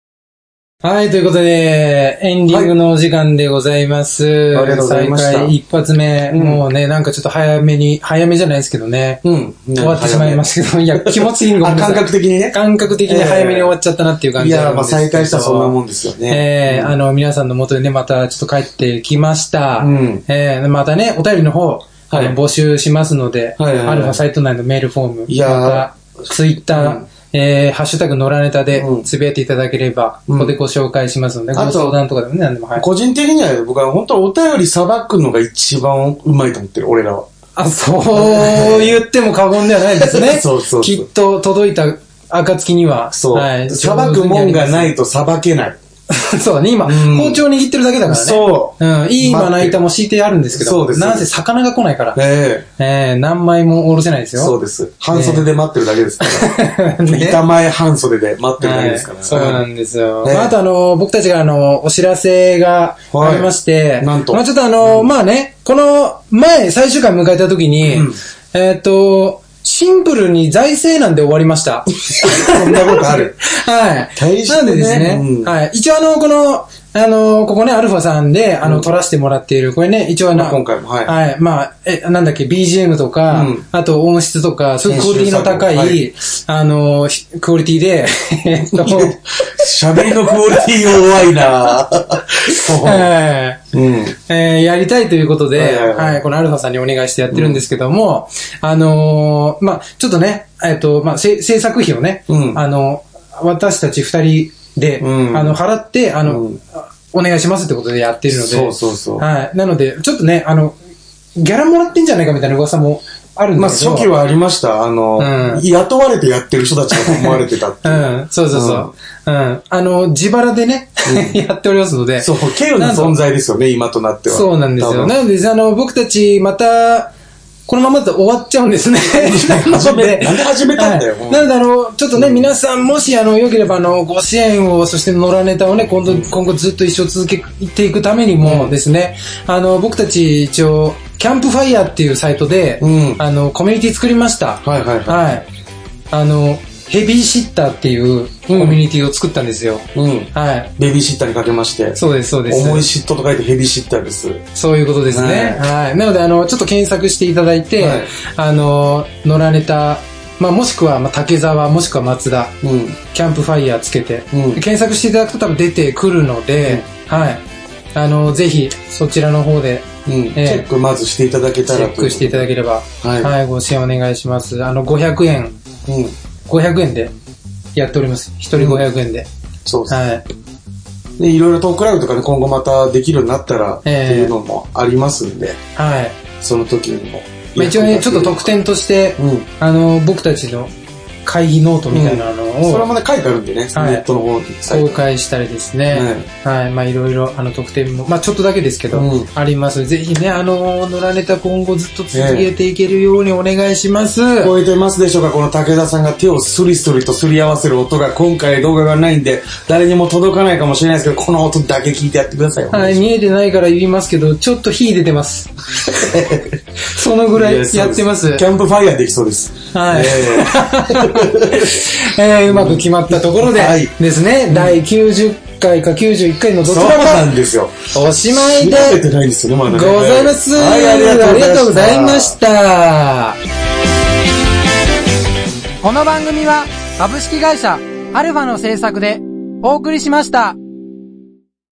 Speaker 2: はい、ということで、エンディングのお時間でございます。
Speaker 1: いありがとうございました
Speaker 2: 再開一発目、もうね、なんかちょっと早めに、早めじゃないですけどね。
Speaker 1: うん。
Speaker 2: 終わってしまいましたけど、いや、気持ちいいの
Speaker 1: あ、感覚的にね。
Speaker 2: 感覚的に早めに終わっちゃったなっていう感
Speaker 1: い
Speaker 2: じ
Speaker 1: や、まあ再開したらそんなも
Speaker 2: ん
Speaker 1: んですよ
Speaker 2: で
Speaker 1: ね。
Speaker 2: ええあの、皆さんの元にね、またちょっと帰ってきました。
Speaker 1: うん
Speaker 2: ええまたね、お便りの方、
Speaker 1: はい
Speaker 2: あの募集しますので、
Speaker 1: はいはいはい
Speaker 2: アルファサイト内のメールフォーム、
Speaker 1: いやー
Speaker 2: また、ツイッター、
Speaker 1: うん
Speaker 2: ええハッシュタグのらネタで
Speaker 1: うん
Speaker 2: つぶやいていただければ、
Speaker 1: うん
Speaker 2: ここでご紹介しますので、
Speaker 1: あと
Speaker 2: ご相談とかでもね、何でも、はい。
Speaker 1: 個人的には僕は本当お便りさばくのが一番うまいと思ってる、俺らは。。
Speaker 2: あ、そう言っても過言ではないです [laughs] ね
Speaker 1: そうそうそう
Speaker 2: きっと届いた暁には、
Speaker 1: そう。さば、くもんがないとさばけない。
Speaker 2: [laughs] そうだね、今、
Speaker 1: ん
Speaker 2: 包丁握ってるだけだからね。。
Speaker 1: そう
Speaker 2: ん、いいまな板も敷いてあるんですけど、
Speaker 1: そうです
Speaker 2: なんせ魚が来ないから、
Speaker 1: ええ。
Speaker 2: えー、何枚もおろせないですよ。
Speaker 1: そうです。半袖で待ってるだけですから。
Speaker 2: [laughs] ね
Speaker 1: 板前半袖で待ってるだけですか
Speaker 2: は
Speaker 1: ら。
Speaker 2: い、そうなんですよ。
Speaker 1: ね
Speaker 2: まあ、あとあの、僕たちがあの、お知らせがありまして、
Speaker 1: はいなんと
Speaker 2: まあちょっとあの、まあね、この前、最終回迎えた時に、
Speaker 1: うん
Speaker 2: えーっ、と、シンプルに財政なんで終わりました。
Speaker 1: そんなことあ
Speaker 2: [laughs]
Speaker 1: る。
Speaker 2: はい。
Speaker 1: 大してね
Speaker 2: なんでですね、
Speaker 1: うん
Speaker 2: はい。一応あの、この、あの、ここね、アルファさんで、あの、撮らせてもらっている、これね、一応あの、
Speaker 1: まあ今回もはい
Speaker 2: まあ、え、なんだっけ、BGM と
Speaker 1: う
Speaker 2: か、
Speaker 1: ん
Speaker 2: あと音質とか、そういうクオリティの高い、
Speaker 1: 編
Speaker 2: あの、ひクオリティで、えっと、
Speaker 1: 喋りのクオリティ弱いな [laughs] そう。
Speaker 2: えー
Speaker 1: うん。
Speaker 2: えーやりたいということで、
Speaker 1: はいはいはい
Speaker 2: はい、このアルファさんにお願いしてやってるんですけども、あのーまあちょっとね、えっ、と、まあせ制作費をね、
Speaker 1: うん
Speaker 2: あの、私たち二人で、
Speaker 1: うん
Speaker 2: あの、払って、あの、
Speaker 1: うん
Speaker 2: お願いしますってことでやってるので、
Speaker 1: そうそうそう。
Speaker 2: はい、なので、ちょっとね、あの、ギャラもらってんじゃないかみたいな噂もあるん
Speaker 1: ま
Speaker 2: で
Speaker 1: あ
Speaker 2: すけど、
Speaker 1: 初期はありました。あの、
Speaker 2: うん
Speaker 1: 雇われてやってる人たちだと思われてたって
Speaker 2: う
Speaker 1: いう。
Speaker 2: ん、そうそうそう。うん。あの、自腹でね、 [laughs] やっておりますので。
Speaker 1: そう、稀有な存在ですよね、今となっては。
Speaker 2: そうなんです
Speaker 1: 多
Speaker 2: よ。
Speaker 1: 分
Speaker 2: なので、あの、僕たち、また、このままだと終わっちゃうんですね。
Speaker 1: 始
Speaker 2: [laughs]
Speaker 1: めなんで始めたんだよ
Speaker 2: はいなので、あの、ちょっとね、皆さん、もし、あの、よければ、あの、ご支援を、そして、野良ネタをね、今度、今後ずっと一生続けていくためにもですね、あの、僕たち、一応、キャンプファイヤーっていうサイトで、
Speaker 1: うん
Speaker 2: あの、コミュニティ作りました。
Speaker 1: はいはいは
Speaker 2: はい。あの、ヘビーシッターっていうコミュニティを作ったんですよ。
Speaker 1: い。うん。
Speaker 2: はい。
Speaker 1: ベビーシッターにかけまして。
Speaker 2: そうです、そうです。
Speaker 1: 重い嫉妬と書いてヘビーシッターです。
Speaker 2: そういうことですね。はい。なので、あの、ちょっと検索していただいて、
Speaker 1: はい
Speaker 2: あの、乗られた、まあ、もしくは、まあ、竹沢、もしくは松田、
Speaker 1: うん。
Speaker 2: キャンプファイヤーつけて、
Speaker 1: うん
Speaker 2: 検索していただくと多分出てくるので、はい。あの、ぜひ、そちらの方で
Speaker 1: うん。チ
Speaker 2: ええ
Speaker 1: ェックまずしていただけ
Speaker 2: チ
Speaker 1: たら
Speaker 2: ェックしていただければ、
Speaker 1: はい
Speaker 2: ご支援お願いします。あの、500円、
Speaker 1: け。うん。
Speaker 2: 500円でやっております。一人500円で。
Speaker 1: そうです。
Speaker 2: はい。
Speaker 1: で、いろいろトークライブとかね、今後またできるようになったら、って
Speaker 2: ええ
Speaker 1: いうのもありますんで、
Speaker 2: はい。
Speaker 1: その時にも。
Speaker 2: まあ、一応ね、ちょっと特典として、
Speaker 1: うん
Speaker 2: あの、僕たちの会議ノートみたいなのを、
Speaker 1: それもね、書いてあるんでね、ネ
Speaker 2: はい
Speaker 1: ットの方に。
Speaker 2: 公開したりですね。はい。まあ、いろいろ、あの、特典も、まあ、ちょっとだけですけど、
Speaker 1: うん
Speaker 2: あります。ぜひね、あの、野良ネタ今後ずっと続けていけるようにお願いします。
Speaker 1: 聞こえてますでしょうかこの武田さんが手をスリスリとすり合わせる音が今回動画がないんで、誰にも届かないかもしれないですけど、この音だけ聞いてやってください。
Speaker 2: はい、見えてないから言いますけど、ちょっと火出て
Speaker 1: [laughs]
Speaker 2: ます。そのぐらいやってます。
Speaker 1: キャンプファイヤーできそうです。
Speaker 2: はい。
Speaker 1: え
Speaker 2: えーうまく決まったところで
Speaker 1: はい
Speaker 2: ですね、第90回か91回のどち
Speaker 1: そう
Speaker 2: ら
Speaker 1: な
Speaker 2: か
Speaker 1: んですよ。
Speaker 2: おしまい
Speaker 1: 見
Speaker 2: で
Speaker 1: られてないんですよね、まだ
Speaker 2: ご
Speaker 1: ね。
Speaker 2: ざいます。
Speaker 1: はい、
Speaker 2: あ
Speaker 1: あ
Speaker 2: り
Speaker 1: り
Speaker 2: が
Speaker 1: が
Speaker 2: と
Speaker 1: と
Speaker 2: う
Speaker 1: うご
Speaker 2: ござ
Speaker 1: ざ
Speaker 2: い
Speaker 1: い
Speaker 2: ま
Speaker 1: ま
Speaker 2: し。
Speaker 1: した
Speaker 3: この番組は株式会社アルファの制作でお送りしました。